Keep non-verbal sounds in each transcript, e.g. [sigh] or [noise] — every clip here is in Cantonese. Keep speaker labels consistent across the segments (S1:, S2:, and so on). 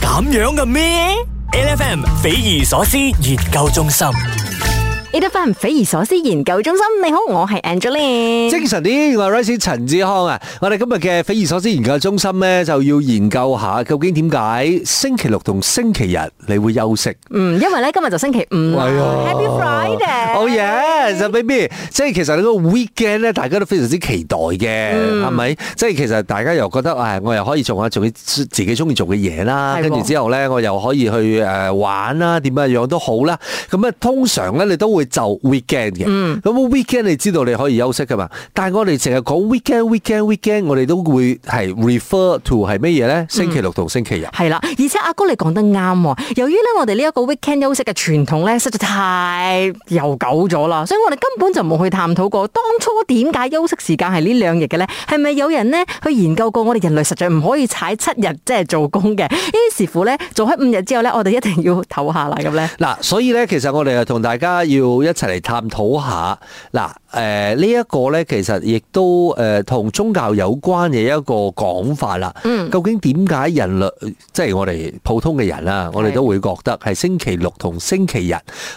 S1: 咁樣嘅咩？L F M 匪夷所思研究中心。
S2: A. F. M. 匪夷所思研究中心，你好，我係 Angeline。
S3: 精神啲，我係 Rice 陳志康啊！我哋今日嘅匪夷所思研究中心呢，就要研究下究竟點解星期六同星期日你會休息？
S2: 嗯，因為咧今日就星期五啦
S3: 哎呀
S2: 嗯，Happy Friday。
S3: 哦耶！就 baby，即係其實呢個 weekend 咧，大家都非常之期待嘅，
S2: 嗯
S3: 係咪、即係其實大家又覺得啊，我又可以做下做啲自己中意做嘅嘢啦，
S2: 係喎
S3: 跟住之後咧，我又可以去誒玩啦，點樣樣都好啦。咁啊，通常咧你都會就 weekend 嘅。
S2: 嗯
S3: 咁啊 weekend 你知道你可以休息噶嘛？但係我哋成日講 weekend，weekend，weekend，我哋都會係 refer to 係乜嘢咧？星期六同星期日。
S2: 係啦，而且阿哥你講得啱喎。由於咧我哋呢一個 weekend 休息嘅傳統咧，實在太悠久咗啦，所以我哋根本就冇去探討過當初點解休息時間係呢兩日嘅咧？係咪有人咧去研究過我哋人類實在唔可以踩七日即係做工嘅？ [laughs] 於是乎咧，做開五日之後咧，我哋一定要唞下啦咁咧。
S3: 嗱，所以咧，其實我哋又同大家要一齊嚟探討下，嗱，誒呢一個咧，其實亦都誒同、宗教有關嘅一個講法啦。嗯，究竟點解人類，即係我哋普通嘅人啦，我哋都會覺得係星期六同星期日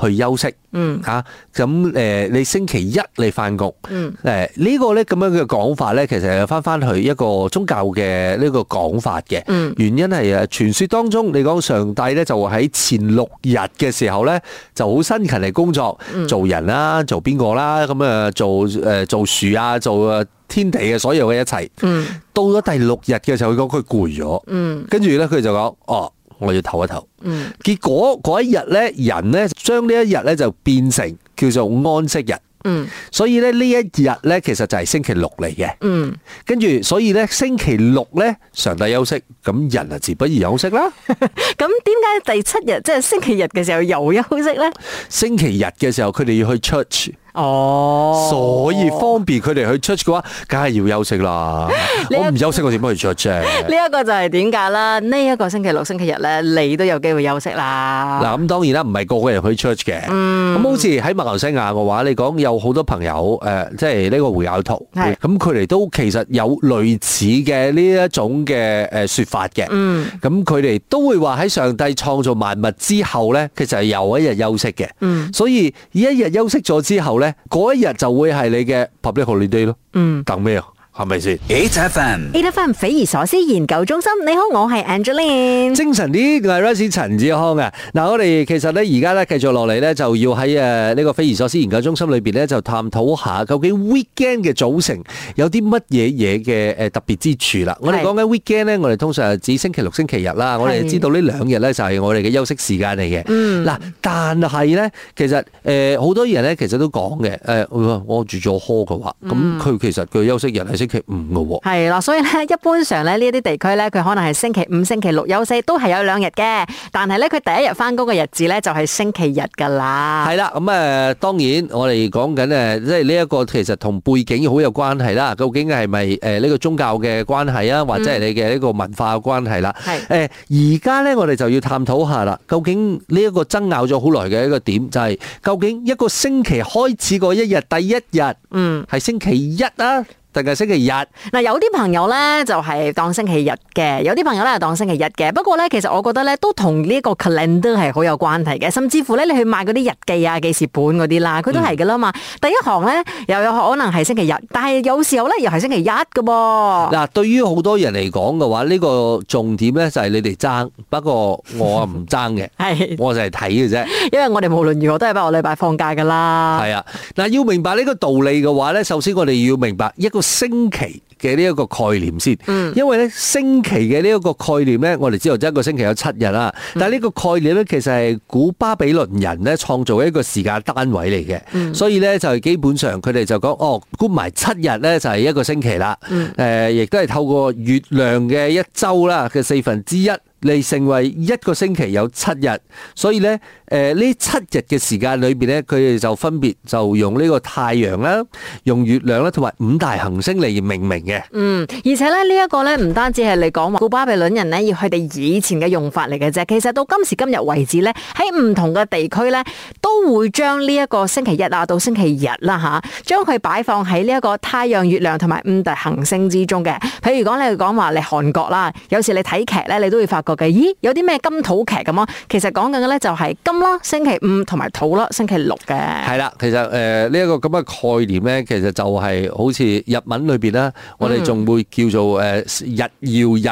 S3: 去休息。
S2: 嗯，
S3: 嚇咁誒，你星期一你翻工，
S2: 嗯
S3: 誒呢個咧咁樣嘅講法咧，其實係翻翻去一個宗教嘅呢個講法嘅，
S2: 嗯
S3: 原因係誒傳說當中，你講上帝咧就喺前六日嘅時候咧就好辛勤嚟工作，
S2: 嗯
S3: 做人啦，做邊個啦，咁啊做誒做樹啊，做誒天地嘅所有嘅一切，
S2: 嗯
S3: 到咗第六日嘅時候，佢講佢攰咗，
S2: 嗯
S3: 跟住咧佢就講哦，我要唞一唞。
S2: 嗯，
S3: 結果嗰一日咧，人咧將呢一日咧就變成叫做安息日。
S2: 嗯，
S3: 所以咧呢一日咧其實就係星期六嚟嘅，
S2: 嗯，
S3: 跟住所以咧星期六咧上帝休息，咁人啊自不然休
S2: [laughs]
S3: 息啦。
S2: 咁點解第七日即係星期日嘅時候又休息咧？
S3: 星期日嘅時候佢哋要去 church，
S2: 哦，
S3: 所以方便佢哋去 church 嘅話，梗係要休息啦。
S2: [laughs] 你一
S3: 我唔休息我點樣去 church 啫？
S2: [laughs] 呢一個就係點解啦？呢、一個星期六、星期日咧，你都有機會休息啦。
S3: 嗱咁當然啦，唔係個個人去 church 嘅。
S2: 嗯
S3: 咁好似喺馬來西亞嘅話，你講有好多朋友誒、呃即係呢個回教徒，
S2: 係
S3: 咁佢哋都其實有類似嘅呢一種嘅誒説法嘅。
S2: 嗯
S3: 咁佢哋都會話喺上帝創造萬物之後呢，其實係有一日休息嘅。
S2: 嗯
S3: 所以呢一日休息咗之後呢，嗰一日就會係你嘅 public holiday 咯。
S2: 嗯
S3: 等咩啊？係咪先？
S1: H F M
S2: ，A. F. M. 匪夷所思研究中心，你好，我係 Angeline。
S3: 精神啲，我係 Rice 陳志康啊！嗱，我哋其實咧而家咧繼續落嚟咧，就要喺呃誒呢個匪夷所思研究中心裏邊咧，就探討下究竟 weekend 嘅組成有啲乜嘢嘢嘅誒呃特別之處啦。我哋講緊 weekend 咧，我哋通常係指星期六、星期日啦。我哋知道呢兩日咧就係我哋嘅休息時間嚟嘅。嗱，但係咧，其實誒好多人咧其實都講嘅誒，我我住咗科嘅話，咁佢其實佢休息日係星期五嘅喎。
S2: 係啦，所以咧， [laughs] 一般上咧呢一啲地區咧，佢可能係星期五、星期六休息，都係有兩日嘅。但係咧，佢第一日翻工嘅日子咧，就係星期日噶啦。
S3: 係啦，咁誒當然我哋講緊誒，即係呢一個其實同背景好有關係啦。究竟係咪誒呢個宗教嘅關係啊，或者係你嘅呢個文化嘅關係啦？
S2: 係
S3: 誒而家呢，我哋就要探討下啦。究竟呢一個爭拗咗好耐嘅一個點，就係、究竟一個星期開始嗰一日，第一日
S2: 嗯，
S3: 係星期一啊，定係星期日？
S2: 嗱，有啲朋友咧就係當星期日嘅，有啲朋友咧就當星期日嘅。不過咧，其實我覺得咧都同呢一個 calendar 係好有關係嘅，甚至乎咧你去買嗰啲日記啊、記事本嗰啲啦，佢都係噶啦嘛。第一行咧又有可能係星期日，但係有時候咧又係星期一噶噃。，
S3: 嗱，對於好多人嚟講嘅話，呢、個重點呢就係你哋爭，不過我啊唔爭嘅
S2: 係，
S3: 我就係睇嘅啫。
S2: [laughs] 因為我哋無論如何都係八個禮拜放假噶啦。
S3: 系啊，嗱，要明白呢個道理嘅話呢，首先我哋要明白一個星期嘅呢一個概念先，因為呢星期嘅呢一個概念呢，我哋知道一個星期有七日啦，但係呢個概念呢，其實係古巴比倫人呢創造一個時間單位嚟嘅，所以呢，就係基本上佢哋就講哦，估埋七日呢就係一個星期啦，誒、亦都係透過月亮嘅一周啦嘅四分之一。你成為一個星期有七日，所以咧，誒、呢七日嘅時間裏邊咧，佢哋就分別就用呢個太陽啦、用月亮啦同埋五大行星嚟命名嘅。嘅。
S2: 嗯，而且咧呢一個咧唔單止係你講話古巴比倫人咧，要佢哋以前嘅用法嚟嘅啫。其實到今時今日為止咧，喺唔同嘅地區咧，都會將呢一個星期一啊到星期日啦吓，將佢擺放喺呢一個太陽、月亮同埋五大行星之中嘅。譬如講你講話你韓國啦，有時你睇劇咧，你都會發覺嘅，咦有啲咩金土劇咁啊？其實講緊嘅咧就係金啦，星期五同埋土啦，星期六嘅。
S3: 係啦，其實誒呢一個咁嘅概念咧，其實就係好似日文裏邊啦，我哋仲會叫做誒、呃日曜日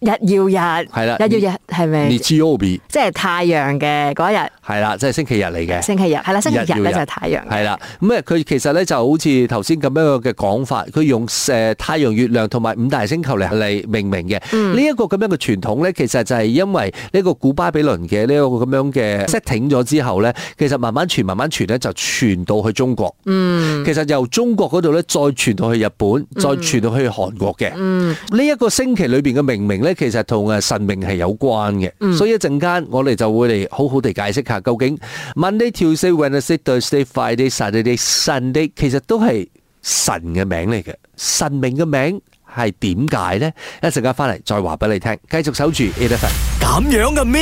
S2: 日曜日係
S3: 啦
S2: 日曜日係咪？
S3: （Nichiyobi），
S2: 即係太陽嘅嗰一日。
S3: 係啦，即係星期日嚟嘅。
S2: 星期日係啦，星期日
S3: 日
S2: 咧
S3: 曜日
S2: 就係太陽。
S3: 係啦，咁啊，佢其實咧就好似頭先咁樣嘅講法，佢用誒太陽、月亮同埋五大星球嚟嚟命名嘅。呢一個咁樣嘅傳統咧，其實就係因為呢個古巴比倫嘅呢一個咁樣嘅 setting 咗之後咧，其實慢慢傳、慢慢傳咧，就傳到去中國。嗯，其實由中國嗰度咧，再傳到去日本，再傳到去韓國嘅。嗯，呢一個星期裏邊嘅命名咧，其實同誒神明係有關嘅。所以一陣間我哋就會嚟好好地解釋下，究竟 Monday、Tuesday、Wednesday、Thursday、Friday、Saturday、Sunday 其實都係神嘅名嚟嘅，神明嘅名係點解呢？一陣間翻嚟再話俾你聽，繼續守住 e l e p h a n
S1: 咁樣嘅咩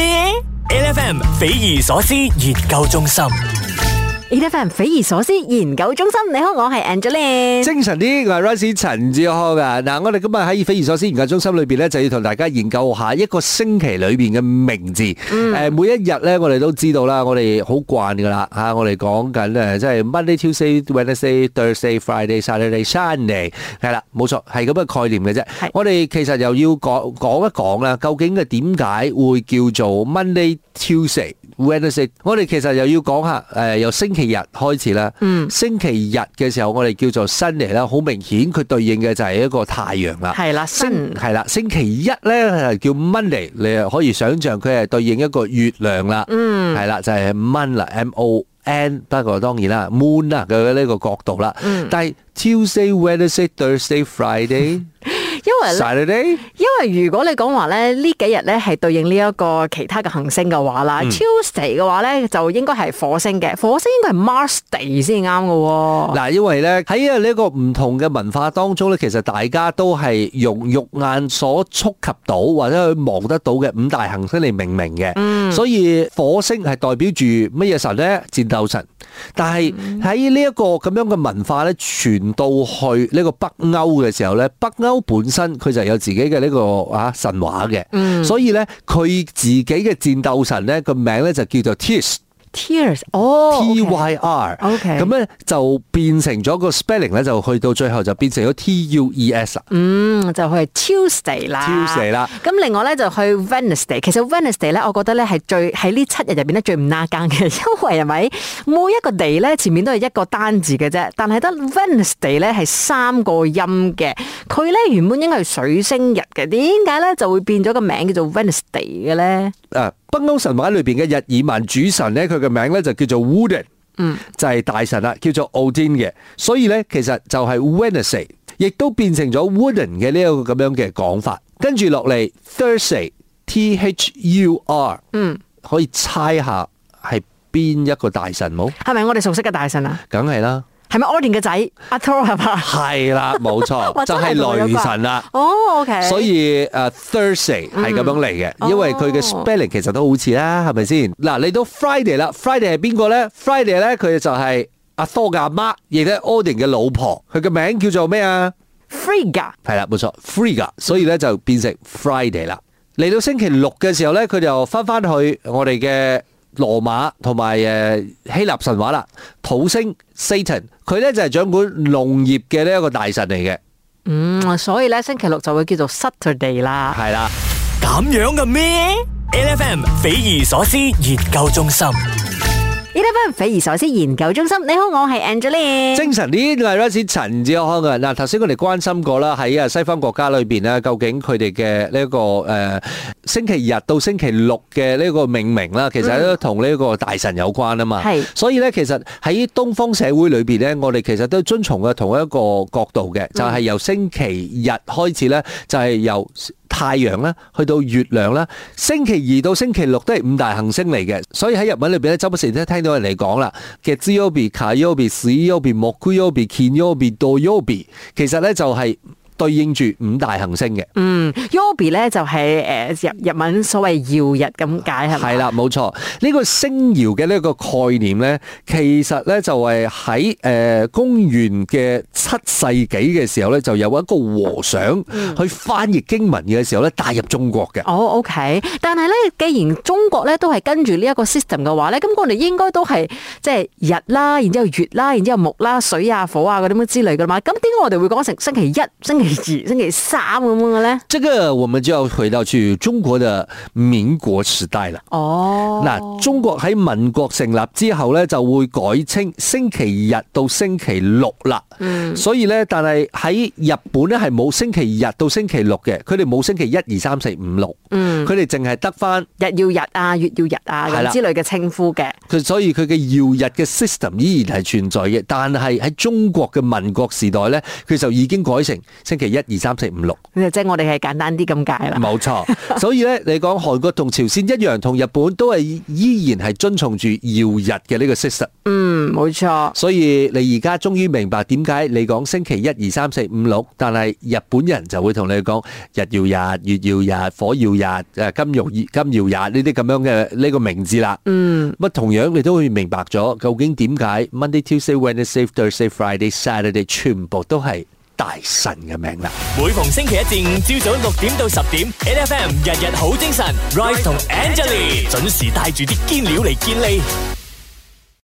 S1: ？L F M 匪夷所思研究中心，
S2: e f m 匪夷所思研究中心，你好，我係 Angeline。
S3: 精神啲，我係 Rice 陳志康啊！嗱，我哋今日喺匪夷所思研究中心裏邊咧，就要同大家研究下一個星期裏邊嘅名字。誒、每一日咧，我哋都知道啦，我哋好慣噶啦嚇，我哋講緊誒，即係 Monday、Tuesday、Wednesday、Thursday、Friday、Saturday、Sunday，係啦，冇錯，係咁嘅概念嘅啫
S2: 係。
S3: 我哋其實又要講講一講啦，究竟嘅點解會叫做 Monday、Tuesday、Wednesday？我哋其實又要講下誒、由星期日開始啦。
S2: 嗯
S3: 星期日嘅時候，我哋叫做 Sunday 啦，好明顯佢對應嘅就係一個太陽啦。
S2: 係啦，新
S3: 星係啦，星期一咧係叫 Monday，你又可以想象佢係對應一個月亮啦。嗯，係啦，就係 Mon 啦，M O N。不過當然啦，Moon 啦嘅呢個角度啦。但係 Tuesday、Wednesday、Thursday、Friday、 [laughs]
S2: 因為咧，
S3: Saturday。
S2: 因為如果你講話咧呢幾日咧係對應呢一個其他嘅行星嘅話啦，Tuesday
S3: 嗯
S2: 嘅話咧就應該係火星嘅，火星應該係 Mars Day 先啱嘅喎。
S3: 嗱，因為咧喺啊呢個唔同嘅文化當中咧，其實大家都係用肉眼所觸及到或者去望得到嘅五大行星嚟命名嘅，所以火星係代表住乜嘢神咧？戰鬥神。但係喺呢一個咁樣嘅文化咧，傳到去呢個北歐嘅時候咧，北歐本身佢就有自己嘅呢個啊神話嘅，所以咧佢自己嘅戰鬥神咧個名咧就叫做 Tis。
S2: Tears，哦
S3: T
S2: ，OK
S3: Y R，
S2: OK
S3: 咁咧就變成咗個 spelling 咧，就去到最後就變成咗 T U E S 啦。
S2: 嗯，就係 Tuesday 啦
S3: Tuesday 啦。
S2: 咁另外咧就去 Wednesday，其實 Wednesday 咧，我覺得咧係最喺呢七日入邊咧最唔拉更嘅，因為係咪每一個 day 咧前面都係一個單字嘅啫，但係得 Wednesday 咧係三個音嘅，佢咧原本應該係水星日嘅，點解咧就會變咗個名叫做 Wednesday 嘅咧？
S3: 啊，北歐神話裏邊嘅日耳曼主神咧，佢嘅名咧就叫做 Wooden，嗯，就係大神啦，叫做 Odin 嘅。所以咧，其實就係 Wednesday，亦都變成咗 Wooden 嘅呢一個咁樣嘅講法。跟住落嚟 Thursday，T H U R，嗯，可以猜下係邊一個大神冇？
S2: 係咪我哋熟悉嘅大神啊？
S3: 梗係啦，
S2: 係咪 Odin 嘅仔阿 Thor 係
S3: [laughs]
S2: 嘛？
S3: 係啦，冇
S2: 哇
S3: [laughs] 錯，就
S2: 真
S3: 係
S2: 係同我有
S3: 雷
S2: 關
S3: 神啊啦。
S2: 哦，OK。
S3: 所以誒、呃 ờ, Thursday 係咁樣嚟嘅，因為佢嘅
S2: 哦
S3: spelling 其實都好似啦，係咪先？嗱，嚟到 Friday 啦，Friday 係邊個咧？Friday 咧佢就係阿 Thor 嘅阿媽，亦都係 Odin 嘅老婆，佢嘅名叫做咩啊？
S2: Frigga
S3: 係啦，冇錯，free 噶，所以咧就變成 Friday 啦。嚟到星期六嘅時候咧，佢就翻翻去我哋嘅羅馬同埋誒希臘神話啦。土星 Satan，佢咧就係掌管農業嘅呢一個大神嚟嘅，
S2: 嗯，所以咧星期六就會叫做 Saturday 啦。
S3: 係啦。
S1: 咁樣嘅咩？L F M 匪夷所思研究中心。
S2: e l 匪夷所思研究中心，你好，我係 Angeline。
S3: 精神啲係 r i s 陳志康啊！嗱，頭先我哋關心過啦，喺啊西方國家裏邊咧，究竟佢哋嘅呢一個誒、呃星期日到星期六嘅呢個命名啦，其實都同呢個大神有關啊嘛。
S2: 係
S3: 所以咧，其實喺東方社會裏邊咧，我哋其實都遵從嘅同一個角度嘅，就係、由星期日開始咧，就係、由太陽啦，去到月亮啦，星期二到星期六都係五大行星嚟嘅，所以喺日文裏邊咧，周不時都聽到人嚟講啦嘅 z y o b i k a y o b i s u y o b i m o k u y o b i k i n y o b i d o y o b i 其實咧就係對應住五大行星嘅。
S2: 嗯，Yobi 咧就係诶日日文所謂耀日咁解係咪？
S3: 係啦，冇錯。呢、個星搖嘅呢個概念呢，其實呢就係喺诶公元嘅七世紀嘅時候呢，就有一個和尚去翻譯經文嘅時候呢，帶入中國嘅。
S2: 哦，OK，但係咧，既然中國咧都係跟住呢一個 system 嘅話咧，咁我哋應該都係即係日啦，然之後月啦，然之後木啦、水啊、火啊嗰啲咁之類嘅嘛。咁點解我哋會講成星期一、星期二、星期三咁樣嘅咧？
S3: 这个我們就要回到去中國的民國時代啦。
S2: 哦，
S3: 嗱，中國喺民國成立之後呢，就會改稱星期日到星期六啦。所以呢，但係喺日本呢，係冇星期日到星期六嘅，佢哋冇星期一、二、三、四、五、六，佢哋淨係得翻
S2: 日要日啊，月要日啊
S3: 係啦
S2: 咁之類嘅稱呼嘅。
S3: 佢，所以佢嘅耀日嘅 system 依然係存在嘅。但係喺中國嘅民國時代呢，佢就已經改成星期一、二、三、四、五、六。
S2: 即係我哋係簡單啲咁解啦。
S3: 冇錯， [laughs] 所以咧，你講韓國同朝鮮一樣，同日本都係依然係遵從住耀日嘅呢個 system。
S2: 嗯，冇錯。
S3: 所以你而家終於明白點解你講星期一、二、三、四、五、六，但係日本人就會同你講日曜日、月曜日、火曜日、誒金曜日、金曜日呢啲咁樣嘅呢個名字啦。嗯，乜同樣你都會明白咗究竟點解 Monday、Tuesday、Wednesday、Thursday、Friday、Saturday 全部都係大神嘅名啦。
S1: 每逢星期一至五朝早六點到十點，N F M 日日好精神，Rise 同 Angelie 準時帶住啲堅料嚟健利。